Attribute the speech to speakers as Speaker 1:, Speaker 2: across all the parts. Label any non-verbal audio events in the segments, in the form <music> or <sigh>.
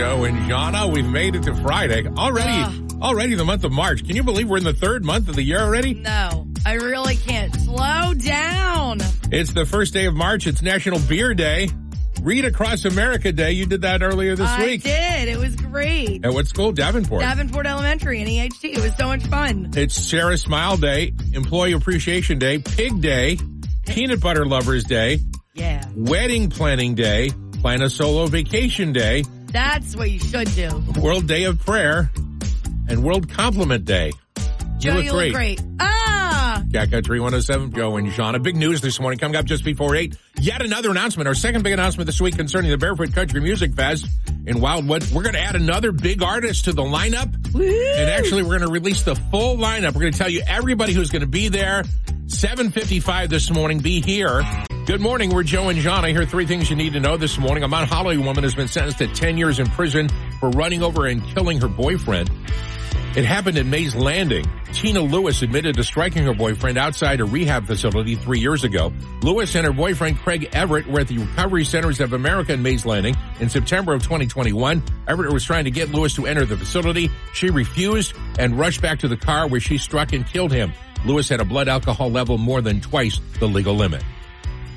Speaker 1: Joe and Jana. We've made it to Friday already.
Speaker 2: Ah.
Speaker 1: already the month of March. Can you believe we're in the third month of the year already?
Speaker 2: No, I really can't. Slow down.
Speaker 1: It's the first day of March. It's National Beer Day, Read Across America Day. You did that earlier this
Speaker 2: I
Speaker 1: week.
Speaker 2: did. It was great.
Speaker 1: At what school? Davenport.
Speaker 2: Davenport Elementary and EHT. It was so much fun.
Speaker 1: It's Sarah Smile Day, Employee Appreciation Day, Pig Day, Peanut Butter Lovers Day,
Speaker 2: Yeah.
Speaker 1: Wedding Planning Day, Plan a Solo Vacation Day,
Speaker 2: That's what you should do.
Speaker 1: World Day of Prayer, and World Compliment Day.
Speaker 2: Joe, you look great. Ah!
Speaker 1: Jacko 3107 Joe and Shauna. Big news this morning coming up just before 8. Yet another announcement, our second big announcement this week concerning the Barefoot Country Music Fest in Wildwood. We're going to add another big artist to the lineup. And actually, we're going to release the full lineup. We're going to tell you everybody who's going to be there. 7.55 this morning. Be here. Good morning. We're Joe and John. I hear three things you need to know this morning. A Mount Holly woman has been sentenced to 10 years in prison for running over and killing her boyfriend. It happened in Mays Landing. Tina Lewis admitted to striking her boyfriend outside a rehab facility three years ago. Lewis and her boyfriend Craig Everett were at the Recovery Centers of America in Mays Landing in September of 2021. Everett was trying to get Lewis to enter the facility. She refused and rushed back to the car where she struck and killed him. Lewis had a blood alcohol level more than twice the legal limit.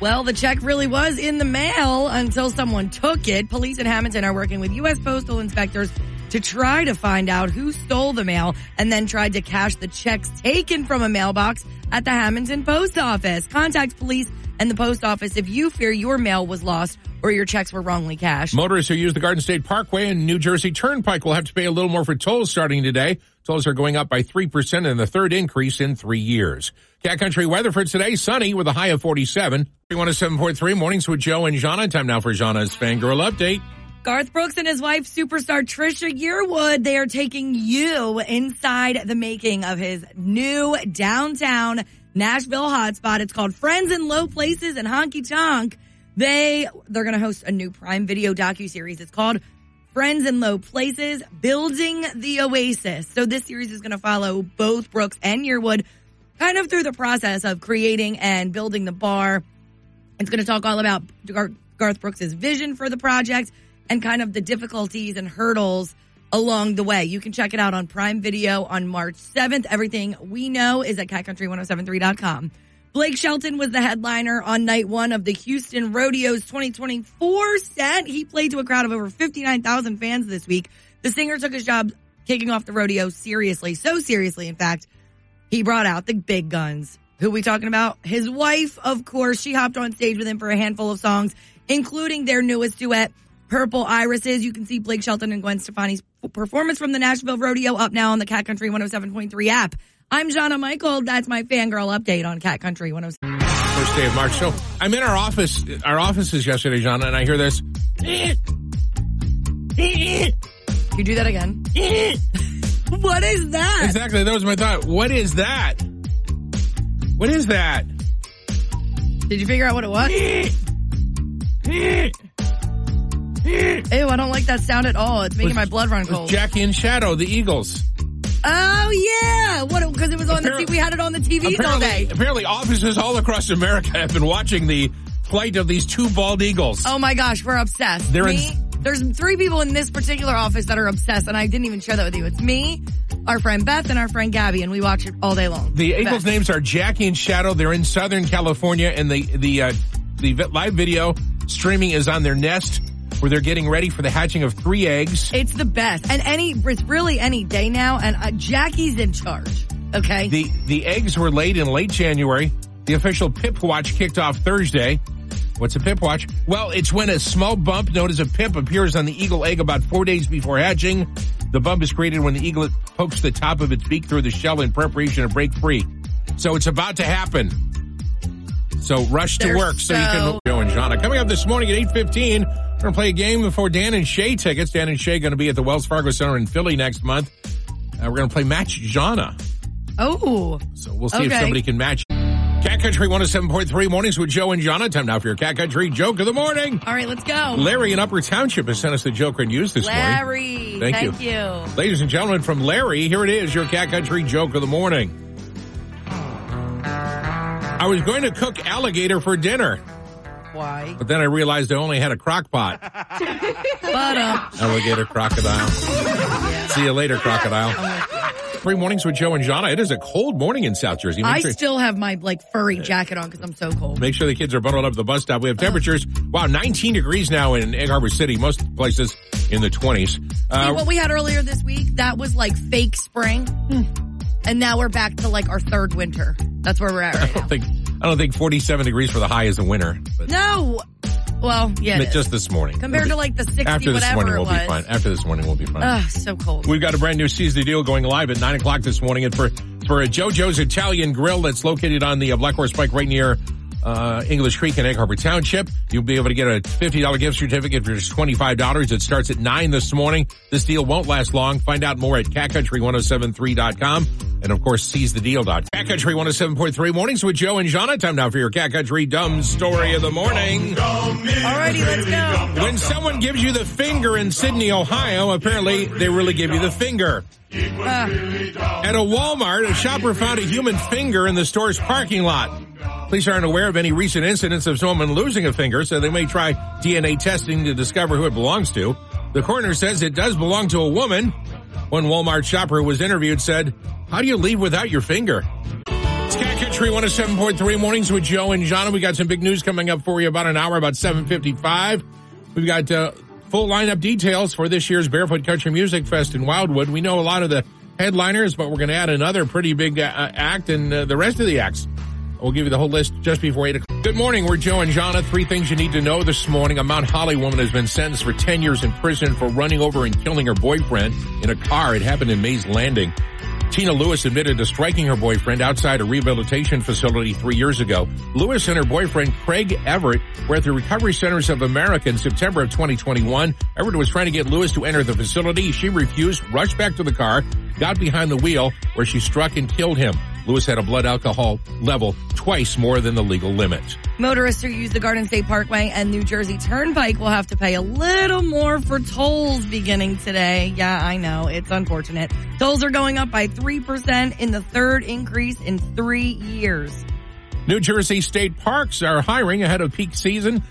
Speaker 2: Well, the check really was in the mail until someone took it. Police in Hamilton are working with U.S. postal inspectors to try to find out who stole the mail and then tried to cash the checks taken from a mailbox at the Hamilton post office. Contact police and the post office if you fear your mail was lost or your checks were wrongly cashed.
Speaker 1: Motorists who use the Garden State Parkway and New Jersey Turnpike will have to pay a little more for tolls starting today. Tolls are going up by 3% and the third increase in three years. Cat Country weather for today, sunny with a high of 47. 317.3 mornings with Joe and Jana. Time now for Jana's Fangirl Update.
Speaker 2: Garth Brooks and his wife, superstar Trisha Yearwood, they are taking you inside the making of his new downtown Nashville hotspot. It's called Friends in Low Places and Honky Tonk. They they're going to host a new Prime Video docu series. It's called Friends in Low Places: Building the Oasis. So this series is going to follow both Brooks and Yearwood kind of through the process of creating and building the bar. It's going to talk all about Gar- Garth Brooks' vision for the project and kind of the difficulties and hurdles along the way. You can check it out on Prime Video on March 7th. Everything we know is at catcountry1073.com. Blake Shelton was the headliner on night one of the Houston Rodeo's 2024 set. He played to a crowd of over 59,000 fans this week. The singer took his job kicking off the rodeo seriously, so seriously, in fact, he brought out the big guns. Who we talking about? His wife, of course. She hopped on stage with him for a handful of songs, including their newest duet, Purple Irises. You can see Blake Shelton and Gwen Stefani's performance from the Nashville Rodeo up now on the Cat Country 107.3 app. I'm Jonna Michael. That's my fangirl update on Cat Country 107.
Speaker 1: First day of March. So I'm in our office, our offices yesterday, Jana, and I hear this.
Speaker 2: You do that again. <laughs> what is that?
Speaker 1: Exactly. That was my thought. What is that? What is that?
Speaker 2: Did you figure out what it was? Ew, I don't like that sound at all. It's making my blood run cold.
Speaker 1: Jackie and Shadow, the Eagles.
Speaker 2: Oh yeah, what? Because it was on the
Speaker 1: Apparent-
Speaker 2: t- we had it on the TVs all day.
Speaker 1: apparently offices all across America have been watching the flight of these two bald eagles.
Speaker 2: Oh my gosh, we're obsessed.
Speaker 1: They're
Speaker 2: me,
Speaker 1: in-
Speaker 2: there's three people in this particular office that are obsessed, and I didn't even share that with you. It's me, our friend Beth, and our friend Gabby, and we watch it all day long.
Speaker 1: The eagles'
Speaker 2: Beth.
Speaker 1: names are Jackie and Shadow. They're in Southern California, and the the uh, the vi- live video streaming is on their nest, where they're getting ready for the hatching of three eggs.
Speaker 2: It's the best, and any it's really any day now, and uh, Jackie's in charge. Okay,
Speaker 1: The the eggs were laid in late January. The official pip watch kicked off Thursday. What's a pip watch? Well, it's when a small bump known as a pip appears on the eagle egg about four days before hatching. The bump is created when the eaglet pokes the top of its beak through the shell in preparation to break free. So it's about to happen. So rush to
Speaker 2: They're
Speaker 1: work so, you can
Speaker 2: so-
Speaker 1: Joe and Jana. Coming up this morning at 8.15, we're going to play a game before Dan and Shay tickets. Dan and Shay going to be at the Wells Fargo Center in Philly next month. Uh, we're going to play Match Jana.
Speaker 2: oh,
Speaker 1: So we'll see if
Speaker 2: Okay.
Speaker 1: somebody can match. Cat Country 107.3 mornings with Joe and Jonna. Time now for your Cat Country joke of the morning.
Speaker 2: all right, let's go,
Speaker 1: Larry in Upper Township has sent us the joker news this morning.
Speaker 2: Larry.
Speaker 1: Thank
Speaker 2: thank you.
Speaker 1: Ladies and gentlemen, from Larry, here it is, your Cat Country joke of the morning. I was going to cook alligator for dinner.
Speaker 3: why.
Speaker 1: But then I realized I only had a crock pot.
Speaker 2: But uh,
Speaker 1: Alligator
Speaker 2: <laughs>
Speaker 1: crocodile. See you later, crocodile. Three mornings with Joe and Jana. It is a cold morning in South Jersey. Make
Speaker 3: I
Speaker 1: sure-
Speaker 3: still have my like furry jacket on because I'm so cold.
Speaker 1: Make sure the kids are bundled up at the bus stop. We have temperatures. Wow, 19 degrees now in Egg Harbor City. Most places in the 20s.
Speaker 3: See,
Speaker 1: Uh,
Speaker 3: what we had earlier this week, that was like fake spring. And now we're back to like our third winter. That's where we're at right
Speaker 1: I
Speaker 3: now.
Speaker 1: don't think I don't think 47 degrees for the high is the winter. But
Speaker 3: No. Well, yeah. it is.
Speaker 1: just this morning.
Speaker 3: Compared to like the 60
Speaker 1: after this
Speaker 3: whatever
Speaker 1: morning
Speaker 3: it
Speaker 1: we'll
Speaker 3: was. Oh,
Speaker 1: be fine. After this morning we'll be fine.
Speaker 3: Ugh, so cold.
Speaker 1: We've got a brand new Seize the Deal going live at 9 o'clock this morning. And for, for a JoJo's Italian Grill that's located on the uh, Black Horse Pike right near uh, English Creek in Egg Harbor Township, you'll be able to get a $50 gift certificate for just $25. It starts at 9 this morning. This deal won't last long. Find out more at catcountry1073.com and, of course, seizethedeal.com. Cat Country 107.3 Mornings with Joe and Jana. Time now for your Cat Country Dumb Story of the Morning.
Speaker 3: Alrighty, let's go.
Speaker 1: When someone gives you the finger in Sydney, Ohio, apparently they really give you the finger.
Speaker 3: Uh. Ugh.
Speaker 1: At a Walmart, a shopper found a human finger in the store's parking lot. Police aren't aware of any recent incidents of someone losing a finger, so they may try DNA testing to discover who it belongs to. The coroner says it does belong to a woman. One Walmart shopper who was interviewed said, How do you leave without your finger? It's Cat Country 107.3 Mornings with Joe and Jonna. We got some big news coming up for you about an hour, about 7.55. We've got uh, full lineup details for this year's Barefoot Country Music Fest in Wildwood. We know a lot of the headliners, but we're going to add another pretty big uh, act and uh, the rest of the acts. We'll give you the whole list just before 8 o'clock. Good morning. We're Joe and Jonna. Three things you need to know this morning. A Mount Holly woman has been sentenced for 10 years in prison for running over and killing her boyfriend in a car. It happened in Mays Landing. Tina Lewis admitted to striking her boyfriend outside a rehabilitation facility three years ago. Lewis and her boyfriend Craig Everett were at the Recovery Centers of America in September of 2021. Everett was trying to get Lewis to enter the facility. She refused, rushed back to the car, got behind the wheel where she struck and killed him. Lewis had a blood alcohol level twice more than the legal limit.
Speaker 2: motorists who use the Garden State Parkway and New Jersey Turnpike will have to pay a little more for tolls beginning today. Yeah, I know. It's unfortunate. Tolls are going up by 3% in the third increase in three years.
Speaker 1: New Jersey state parks are hiring ahead of peak season.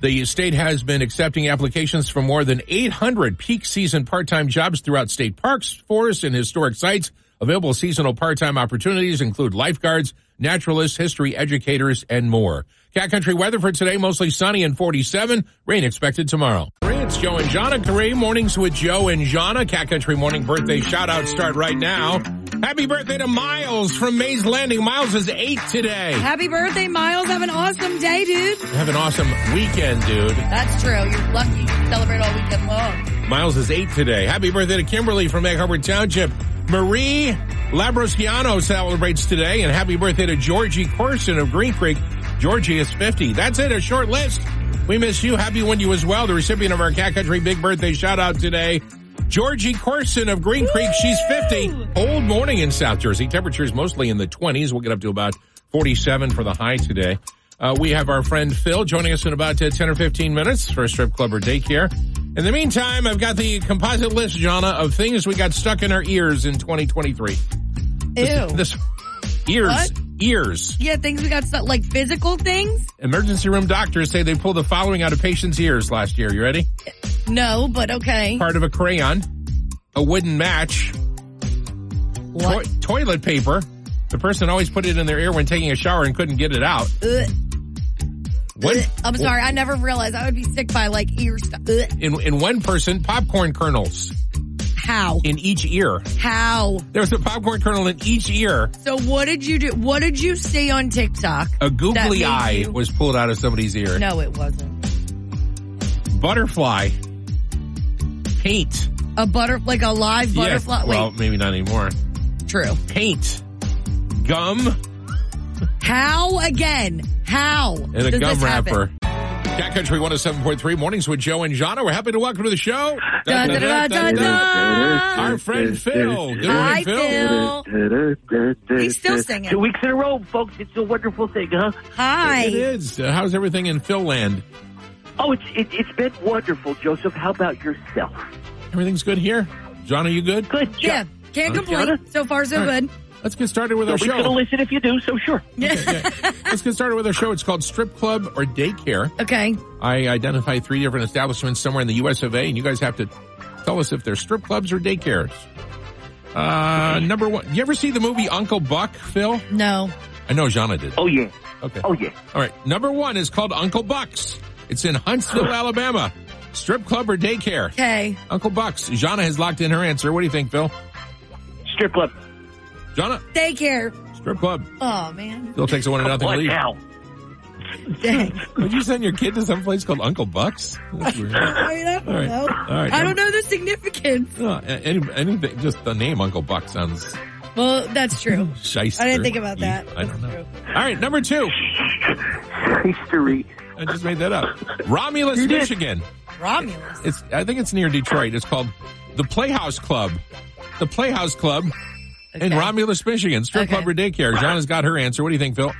Speaker 1: The state has been accepting applications for more than 800 peak season part-time jobs throughout state parks, forests, and historic sites. Available seasonal part-time opportunities include lifeguards, naturalists, history educators, and more. Cat Country weather for today, mostly sunny and 47. Rain expected tomorrow. It's Joe and Jana. Three mornings with Joe and Jana. Cat Country morning birthday shout outs start right now. Happy birthday to Miles from Mays Landing. Miles is eight today.
Speaker 2: Happy birthday, Miles. Have an awesome day, dude.
Speaker 1: Have an awesome weekend, dude.
Speaker 3: That's true. You're lucky you can celebrate all weekend long.
Speaker 1: Miles is eight today. Happy birthday to Kimberly from Egg Harbor Township. Marie Labrosciano celebrates today, and happy birthday to Georgie Corson of Green Creek. Georgie is 50. That's it, a short list. We miss you. Happy one you as well. The recipient of our Cat Country Big Birthday shout out today. Georgie Corson of Green Creek. She's 50. Old morning in South Jersey. Temperatures mostly in the 20s. We'll get up to about 47 for the high today. Uh, we have our friend Phil joining us in about uh, 10 or 15 minutes for a strip club or daycare. In the meantime, I've got the composite list, Jana, of things we got stuck in our ears in 2023.
Speaker 2: Oh.
Speaker 3: Ew.
Speaker 1: This ears,
Speaker 3: What?
Speaker 1: ears.
Speaker 3: yeah, things we got stuck like physical things.
Speaker 1: Emergency room doctors say they pulled the following out of patients' ears last year. You ready?
Speaker 3: No, but okay.
Speaker 1: Part of a crayon, a wooden match,
Speaker 3: What?
Speaker 1: toi- toilet paper. The person always put it in their ear when taking a shower and couldn't get it out.
Speaker 3: Ugh.
Speaker 1: One,
Speaker 3: Ugh. Uh, I'm sorry. I never realized I would be sick by like Uh, ear stuff. Ugh.
Speaker 1: In, in one person, popcorn kernels
Speaker 3: How?
Speaker 1: in each ear.
Speaker 3: How?
Speaker 1: There was a popcorn kernel in each ear.
Speaker 3: So what did you do? What did you see on TikTok?
Speaker 1: A
Speaker 3: That
Speaker 1: googly
Speaker 3: made
Speaker 1: eye
Speaker 3: you-
Speaker 1: was pulled out of somebody's ear.
Speaker 3: No, it wasn't.
Speaker 1: Butterfly. Paint.
Speaker 3: A butter, like a live butterfly.
Speaker 1: Yes.
Speaker 3: Wait,
Speaker 1: Well, maybe not anymore.
Speaker 3: true.
Speaker 1: Paint. Gum
Speaker 3: How again? How?
Speaker 1: and a
Speaker 3: does
Speaker 1: gum
Speaker 3: this happen?
Speaker 1: wrapper. Cat Country 107.3. Mornings with Joe and Jonna. We're happy to welcome to the show.
Speaker 3: Dun, dun, dun, dun, dun.
Speaker 1: Our friend Phil. Good
Speaker 3: Hi,
Speaker 1: morning,
Speaker 3: Phil. He's still singing.
Speaker 4: Two weeks in a row, folks. It's a wonderful thing, huh?
Speaker 1: It
Speaker 3: Hi.
Speaker 1: is. Uh, how's everything in Phil land?
Speaker 4: Oh, it's it, it's been wonderful, Joseph. How about yourself?
Speaker 1: Everything's good here? John, are you good?
Speaker 4: Good job.
Speaker 3: Yeah, can't
Speaker 1: Huh?
Speaker 3: complain. So far, so
Speaker 1: All right.
Speaker 3: good.
Speaker 1: Let's get started with our
Speaker 4: Nobody's going to
Speaker 1: show.
Speaker 4: listen if you do, so sure.
Speaker 1: Let's get started with our show. It's called Strip Club or Daycare.
Speaker 2: Okay.
Speaker 1: I identify three different establishments somewhere in the U.S. of A., and you guys have to tell us if they're strip clubs or daycares. Uh, number one, you ever see the movie Uncle Buck, Phil?
Speaker 2: No.
Speaker 1: I know Jana did.
Speaker 4: Oh, yeah.
Speaker 1: Okay.
Speaker 4: Oh, yeah.
Speaker 1: All right. Number one is called Uncle Buck's. It's in Huntsville, Alabama. Strip club or daycare?
Speaker 2: Okay.
Speaker 1: Uncle Buck's. Jana has locked in her answer. What do you think, Phil?
Speaker 4: Strip club.
Speaker 1: Jana,
Speaker 5: Daycare.
Speaker 1: strip club.
Speaker 2: Oh man.
Speaker 1: Phil takes a one and nothing
Speaker 4: What
Speaker 1: lead.
Speaker 4: now? <laughs>
Speaker 1: <laughs>
Speaker 2: Dang.
Speaker 1: Would you send your kid to some place called Uncle Buck's? That's weird.
Speaker 2: <laughs>
Speaker 5: I mean, I don't
Speaker 1: All right.
Speaker 5: know.
Speaker 1: All right.
Speaker 5: I don't know the significance.
Speaker 1: No, a- any, anything, just the name Uncle Buck sounds
Speaker 2: Well, that's true.
Speaker 1: shyster.
Speaker 5: I didn't think about that.
Speaker 1: Hmm. I don't know.
Speaker 5: That's
Speaker 1: All right, number two.
Speaker 4: History.
Speaker 1: I just made that up. Romulus, Michigan.
Speaker 2: Romulus.
Speaker 1: It's I think it's near Detroit. It's called the Playhouse Club. The Playhouse Club in
Speaker 2: Okay.
Speaker 1: Romulus, Michigan. Strip
Speaker 2: Okay.
Speaker 1: club or daycare. Jana's got her answer. What do you think, Phil?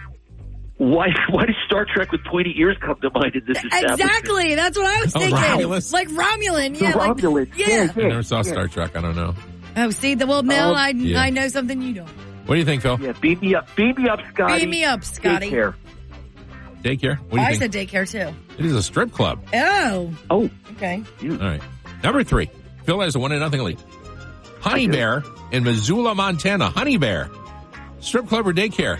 Speaker 4: Why, why does Star Trek with pointy ears come to mind in this
Speaker 2: E-,
Speaker 4: establishment?
Speaker 5: Exactly. That's what I was
Speaker 1: Oh,
Speaker 5: thinking.
Speaker 1: Romulus.
Speaker 5: Like Romulan. Yeah. like-
Speaker 4: Romulan.
Speaker 5: yeah.
Speaker 1: I never saw Star Trek. I don't know.
Speaker 2: Oh, see, the well, Mel,
Speaker 4: Oh,
Speaker 2: I,
Speaker 1: yeah.
Speaker 2: I know something you don't.
Speaker 1: What do you think, Phil?
Speaker 4: Yeah, beat me up. Beat me up, Scotty.
Speaker 2: Beam me up, Scotty.
Speaker 4: Daycare.
Speaker 1: Daycare. What do you
Speaker 2: I
Speaker 1: think?
Speaker 2: said daycare too.
Speaker 1: It is a strip club.
Speaker 2: Oh,
Speaker 4: Oh,
Speaker 2: okay.
Speaker 1: All right. Number three. Phil has a one and nothing lead. Honey Bear in Missoula, Montana. Honey Bear. Strip club or daycare?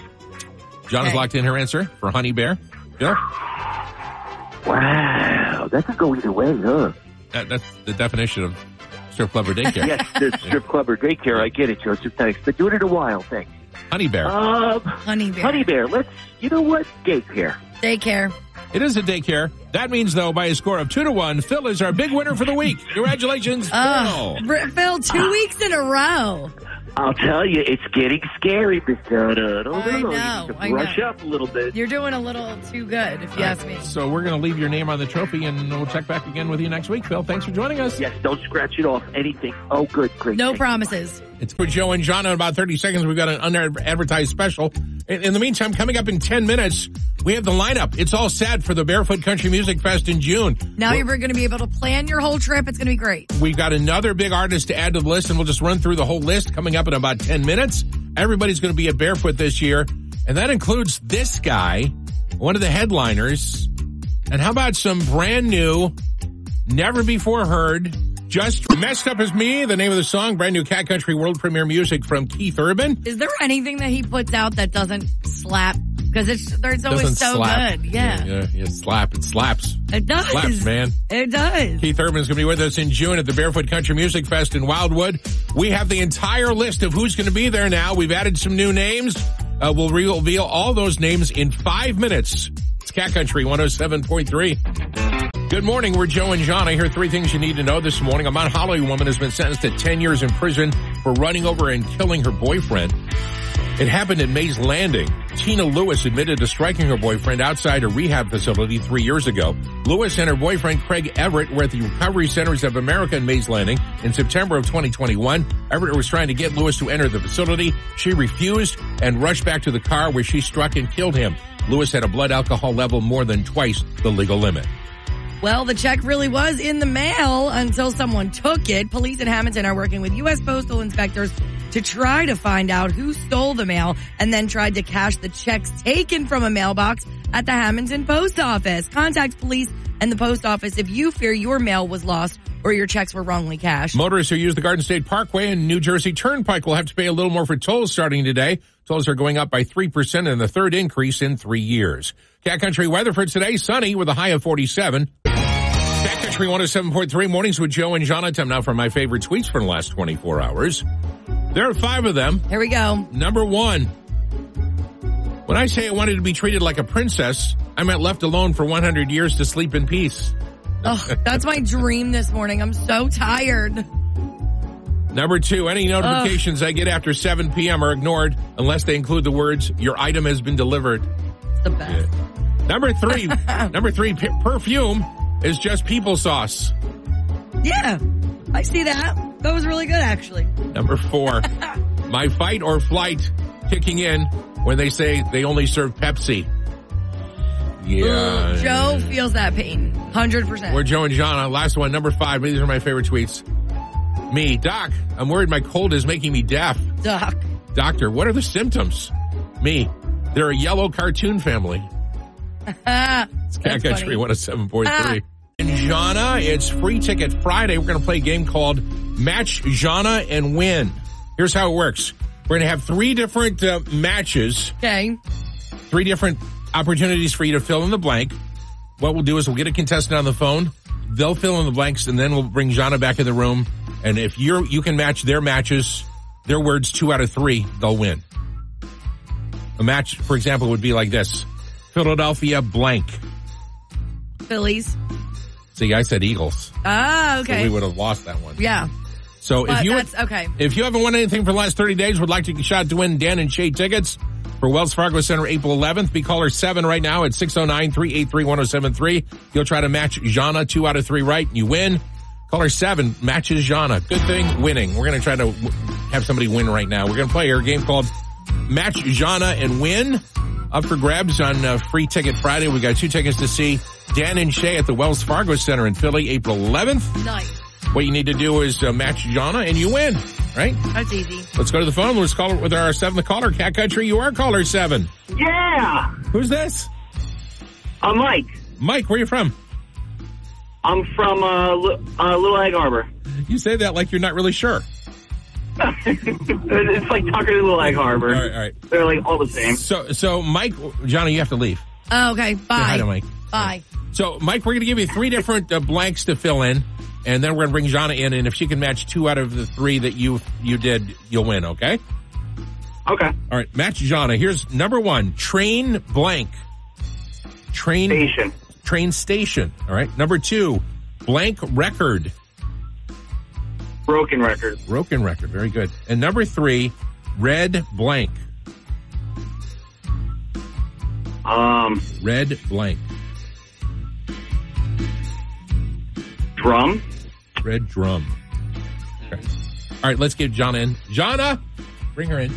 Speaker 1: John has
Speaker 2: Okay.
Speaker 1: locked in her answer for Honey Bear. Phil,
Speaker 4: wow. That could go either way, huh?
Speaker 1: that, that's the definition of strip club or daycare.
Speaker 4: <laughs> yes, there's strip club or daycare. I get it, Joseph. Thanks. Been doing it a while. Thanks.
Speaker 1: Honey Bear.
Speaker 4: Um,
Speaker 2: Honey bear.
Speaker 4: Honey Bear, let's, you know what? Daycare.
Speaker 2: Daycare.
Speaker 1: It is a daycare. That means, though, by a score of two to one, Phil is our big winner for the week. Congratulations,
Speaker 2: Oh,
Speaker 1: Phil.
Speaker 2: Phil,
Speaker 1: Ah.
Speaker 2: two weeks in a row.
Speaker 4: I'll tell you, it's getting scary, Miss Donna. Don't
Speaker 2: I
Speaker 4: You
Speaker 2: know,
Speaker 4: need to
Speaker 2: I
Speaker 4: brush
Speaker 2: know.
Speaker 4: up a little bit.
Speaker 2: You're doing a little too good, if you ask me.
Speaker 1: So we're going to leave your name on the trophy, and we'll check back again with you next week, Phil. Thanks for joining us.
Speaker 4: Yes, don't scratch it off. Anything. Oh, good, great.
Speaker 2: No
Speaker 4: Thank
Speaker 2: promises.
Speaker 1: It's for Joe and John in about 30 seconds. We've got an under-advertised special. In, in the meantime, coming up in 10 minutes, we have the lineup. It's all set for the Barefoot Country Music Fest in June.
Speaker 2: Now you're going to be able to plan your whole trip. It's going to be great.
Speaker 1: We've got another big artist to add to the list, and we'll just run through the whole list coming up in about 10 minutes. Everybody's going to be at Barefoot this year, and that includes this guy, one of the headliners. And how about some brand new, never before heard, just messed up as me, the name of the song, brand new Cat Country world premiere music from Keith Urban.
Speaker 2: Is there anything that he puts out that doesn't slap? Because it's there's always so good. Yeah.
Speaker 1: yeah, yeah, slap, it slaps.
Speaker 2: it does.
Speaker 1: Slaps, man.
Speaker 2: It does.
Speaker 1: Keith Urban's going to be with us in June at the Barefoot Country Music Fest in Wildwood. We have the entire list of who's going to be there now. We've added some new names. Uh, we'll reveal all those names in five minutes. It's Cat Country 107.3. Good morning. We're Joe and John. I hear three things you need to know this morning. A Mount Holly woman has been sentenced to 10 years in prison for running over and killing her boyfriend. It happened in Mays Landing. Tina Lewis admitted to striking her boyfriend outside a rehab facility three years ago. Lewis and her boyfriend Craig Everett were at the Recovery Centers of America in Mays Landing in September of 2021. Everett was trying to get Lewis to enter the facility. She refused and rushed back to the car where she struck and killed him. Lewis had a blood alcohol level more than twice the legal limit.
Speaker 2: Well, the check really was in the mail until someone took it. Police in Hamilton are working with U.S. postal inspectors to try to find out who stole the mail and then tried to cash the checks taken from a mailbox at the Hamilton post office. Contact police and the post office if you fear your mail was lost or your checks were wrongly cashed.
Speaker 1: Motorists who use the Garden State Parkway and New Jersey Turnpike will have to pay a little more for tolls starting today. Tolls are going up by 3% and the third increase in three years. Cat Country weather for today, sunny with a high of 47. Cat Country 107.3 mornings with Joe and Jonathan. Now for my favorite tweets from the last 24 hours. There are five of them.
Speaker 2: Here we go.
Speaker 1: Number one. When I say I wanted to be treated like a princess, I meant left alone for 100 years to sleep in peace.
Speaker 2: Oh, that's my dream this morning. I'm so tired.
Speaker 1: Number two, any notifications I get after 7 p.m. are ignored unless they include the words, your item has been delivered.
Speaker 2: It's the best.
Speaker 1: Number three,
Speaker 2: <laughs>
Speaker 1: number three, p- perfume is just applesauce.
Speaker 2: Yeah. I see that. That was really good actually.
Speaker 1: Number
Speaker 2: <laughs>
Speaker 1: four, my fight or flight kicking in when they say they only serve Pepsi. Yeah.
Speaker 2: Ooh, Joe feels that pain. 100%.
Speaker 1: We're Joe and Jana. Last one, number five. These are my favorite tweets. Me, Doc, I'm worried my cold is making me deaf.
Speaker 2: Doc.
Speaker 1: Doctor, what are the symptoms? Me. They're a yellow cartoon family.
Speaker 3: Ah,
Speaker 1: it's Cat Country 107.3. And Jana, it's free ticket Friday. We're going to play a game called Match Jana and Win. Here's how it works. We're going to have three different uh, matches
Speaker 3: Okay.
Speaker 1: three different opportunities for you to fill in the blank. What we'll do is we'll get a contestant on the phone. They'll fill in the blanks and then we'll bring Jana back in the room. And if you're, you can match their matches, their words two out of three, they'll win. A match, for example, would be like this. Philadelphia blank.
Speaker 3: Phillies.
Speaker 1: See, I said Eagles.
Speaker 3: Oh,
Speaker 1: So
Speaker 3: okay.
Speaker 1: we would have lost that one.
Speaker 3: yeah.
Speaker 1: So if
Speaker 3: But
Speaker 1: you,
Speaker 3: that's okay.
Speaker 1: if you haven't won anything for the last 30 days, would like to get a shot to win Dan and Shay tickets for Wells Fargo Center April 11th. Be caller 7 right now at 609-383-1073. You'll try to match Jana 2 out of 3 right and you win. Caller 7 matches Jana. Good thing winning. We're going to try to w- have somebody win right now. We're going to play our game called Match Jana and Win. Up for grabs on uh, Free Ticket Friday. We got two tickets to see Dan and Shay at the Wells Fargo Center in Philly April 11th.
Speaker 3: Nice.
Speaker 1: What you need to do is uh, match Jana and you win, right?
Speaker 3: That's easy.
Speaker 1: Let's go to the phone. Let's call it with our seventh caller. Cat Country, you are caller seven.
Speaker 4: Yeah,
Speaker 1: Who's this?
Speaker 4: I'm Mike.
Speaker 1: Mike, where you from?
Speaker 4: I'm from uh, L- uh, Little Egg Harbor. <laughs>
Speaker 1: You say that like you're not really sure.
Speaker 4: it's like Tucker to Little Egg Harbor.
Speaker 1: All right, all right.
Speaker 4: They're like all the same.
Speaker 1: So, so Mike, Johnny, you have to leave.
Speaker 3: Oh, okay. Bye.
Speaker 1: Say hi to Mike.
Speaker 3: Bye.
Speaker 1: So, Mike, we're going to give you three different uh, blanks to fill in, and then we're going to bring Jana in, and if she can match two out of the three that you you did, you'll win. Okay.
Speaker 4: Okay.
Speaker 1: All right. Match Jana. Here's number one: train blank. Train
Speaker 4: Station.
Speaker 1: train station. All right. Number two: blank record.
Speaker 4: Broken record.
Speaker 1: Broken record. Very good. And number three, red blank.
Speaker 4: Um,
Speaker 1: Red blank.
Speaker 4: drum.
Speaker 1: Red drum. Okay. All right, let's get Jana in. Jana! Bring her in.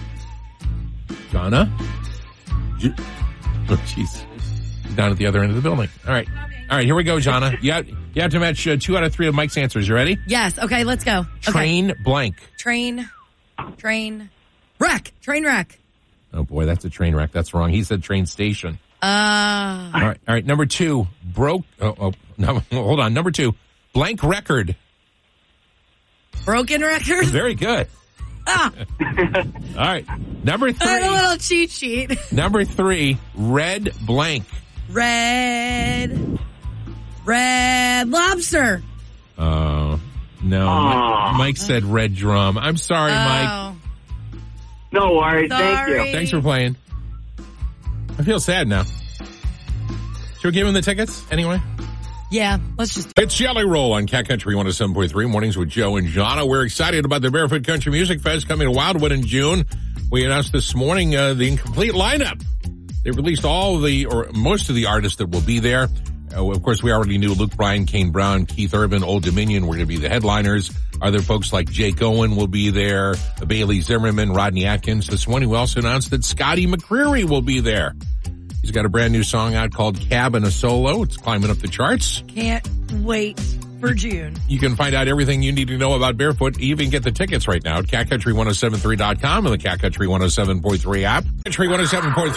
Speaker 1: Jana? J- Oh, jeez. Down at the other end of the building. All right. All right, here we go, Jana. You have, you have to match uh, two out of three of Mike's answers. You ready?
Speaker 3: Yes. Okay. Let's go. Okay.
Speaker 1: Train blank.
Speaker 3: Train. Train. Wreck. Train wreck.
Speaker 1: Oh boy, that's a train wreck. That's wrong. He said train station.
Speaker 3: Uh,
Speaker 1: All right. All right. Number two, broke. Oh, oh no, <laughs> hold on. Number two, blank record.
Speaker 3: broken <laughs> record.
Speaker 1: Very good.
Speaker 3: Ah,
Speaker 1: <laughs> All right. Number
Speaker 3: I had a
Speaker 1: three.
Speaker 3: little cheat sheet.
Speaker 1: Number three, red blank.
Speaker 3: Red. Red lobster.
Speaker 1: Uh, no.
Speaker 4: Aw.
Speaker 1: Mi- Mike said red drum. I'm sorry, Mike.
Speaker 3: Oh,
Speaker 4: No worries. Thank you.
Speaker 3: Sorry.
Speaker 1: Thanks for playing. I feel sad now. Should we give him the tickets anyway?
Speaker 3: Yeah. Let's just.
Speaker 1: It's Jelly Roll on Cat Country 107.3 Mornings with Joe and Jana. We're excited about the Barefoot Country Music Fest coming to Wildwood in June. We announced this morning uh, the incomplete lineup. They released all the, or most of the artists that will be there. Uh, of course, we already knew Luke Bryan, Kane Brown, Keith Urban, Old Dominion were going to be the headliners. Other folks like Jake Owen will be there, Bailey Zimmerman, Rodney Atkins. This morning we also announced that Scotty McCreery will be there. He's got a brand new song out called Cab and a Solo. It's climbing up the charts.
Speaker 3: Can't wait for June.
Speaker 1: You can find out everything you need to know about Barefoot. You even get the oh tickets right now at catcountry1073.com and the Cat Country 107.3 app. Country 107.3.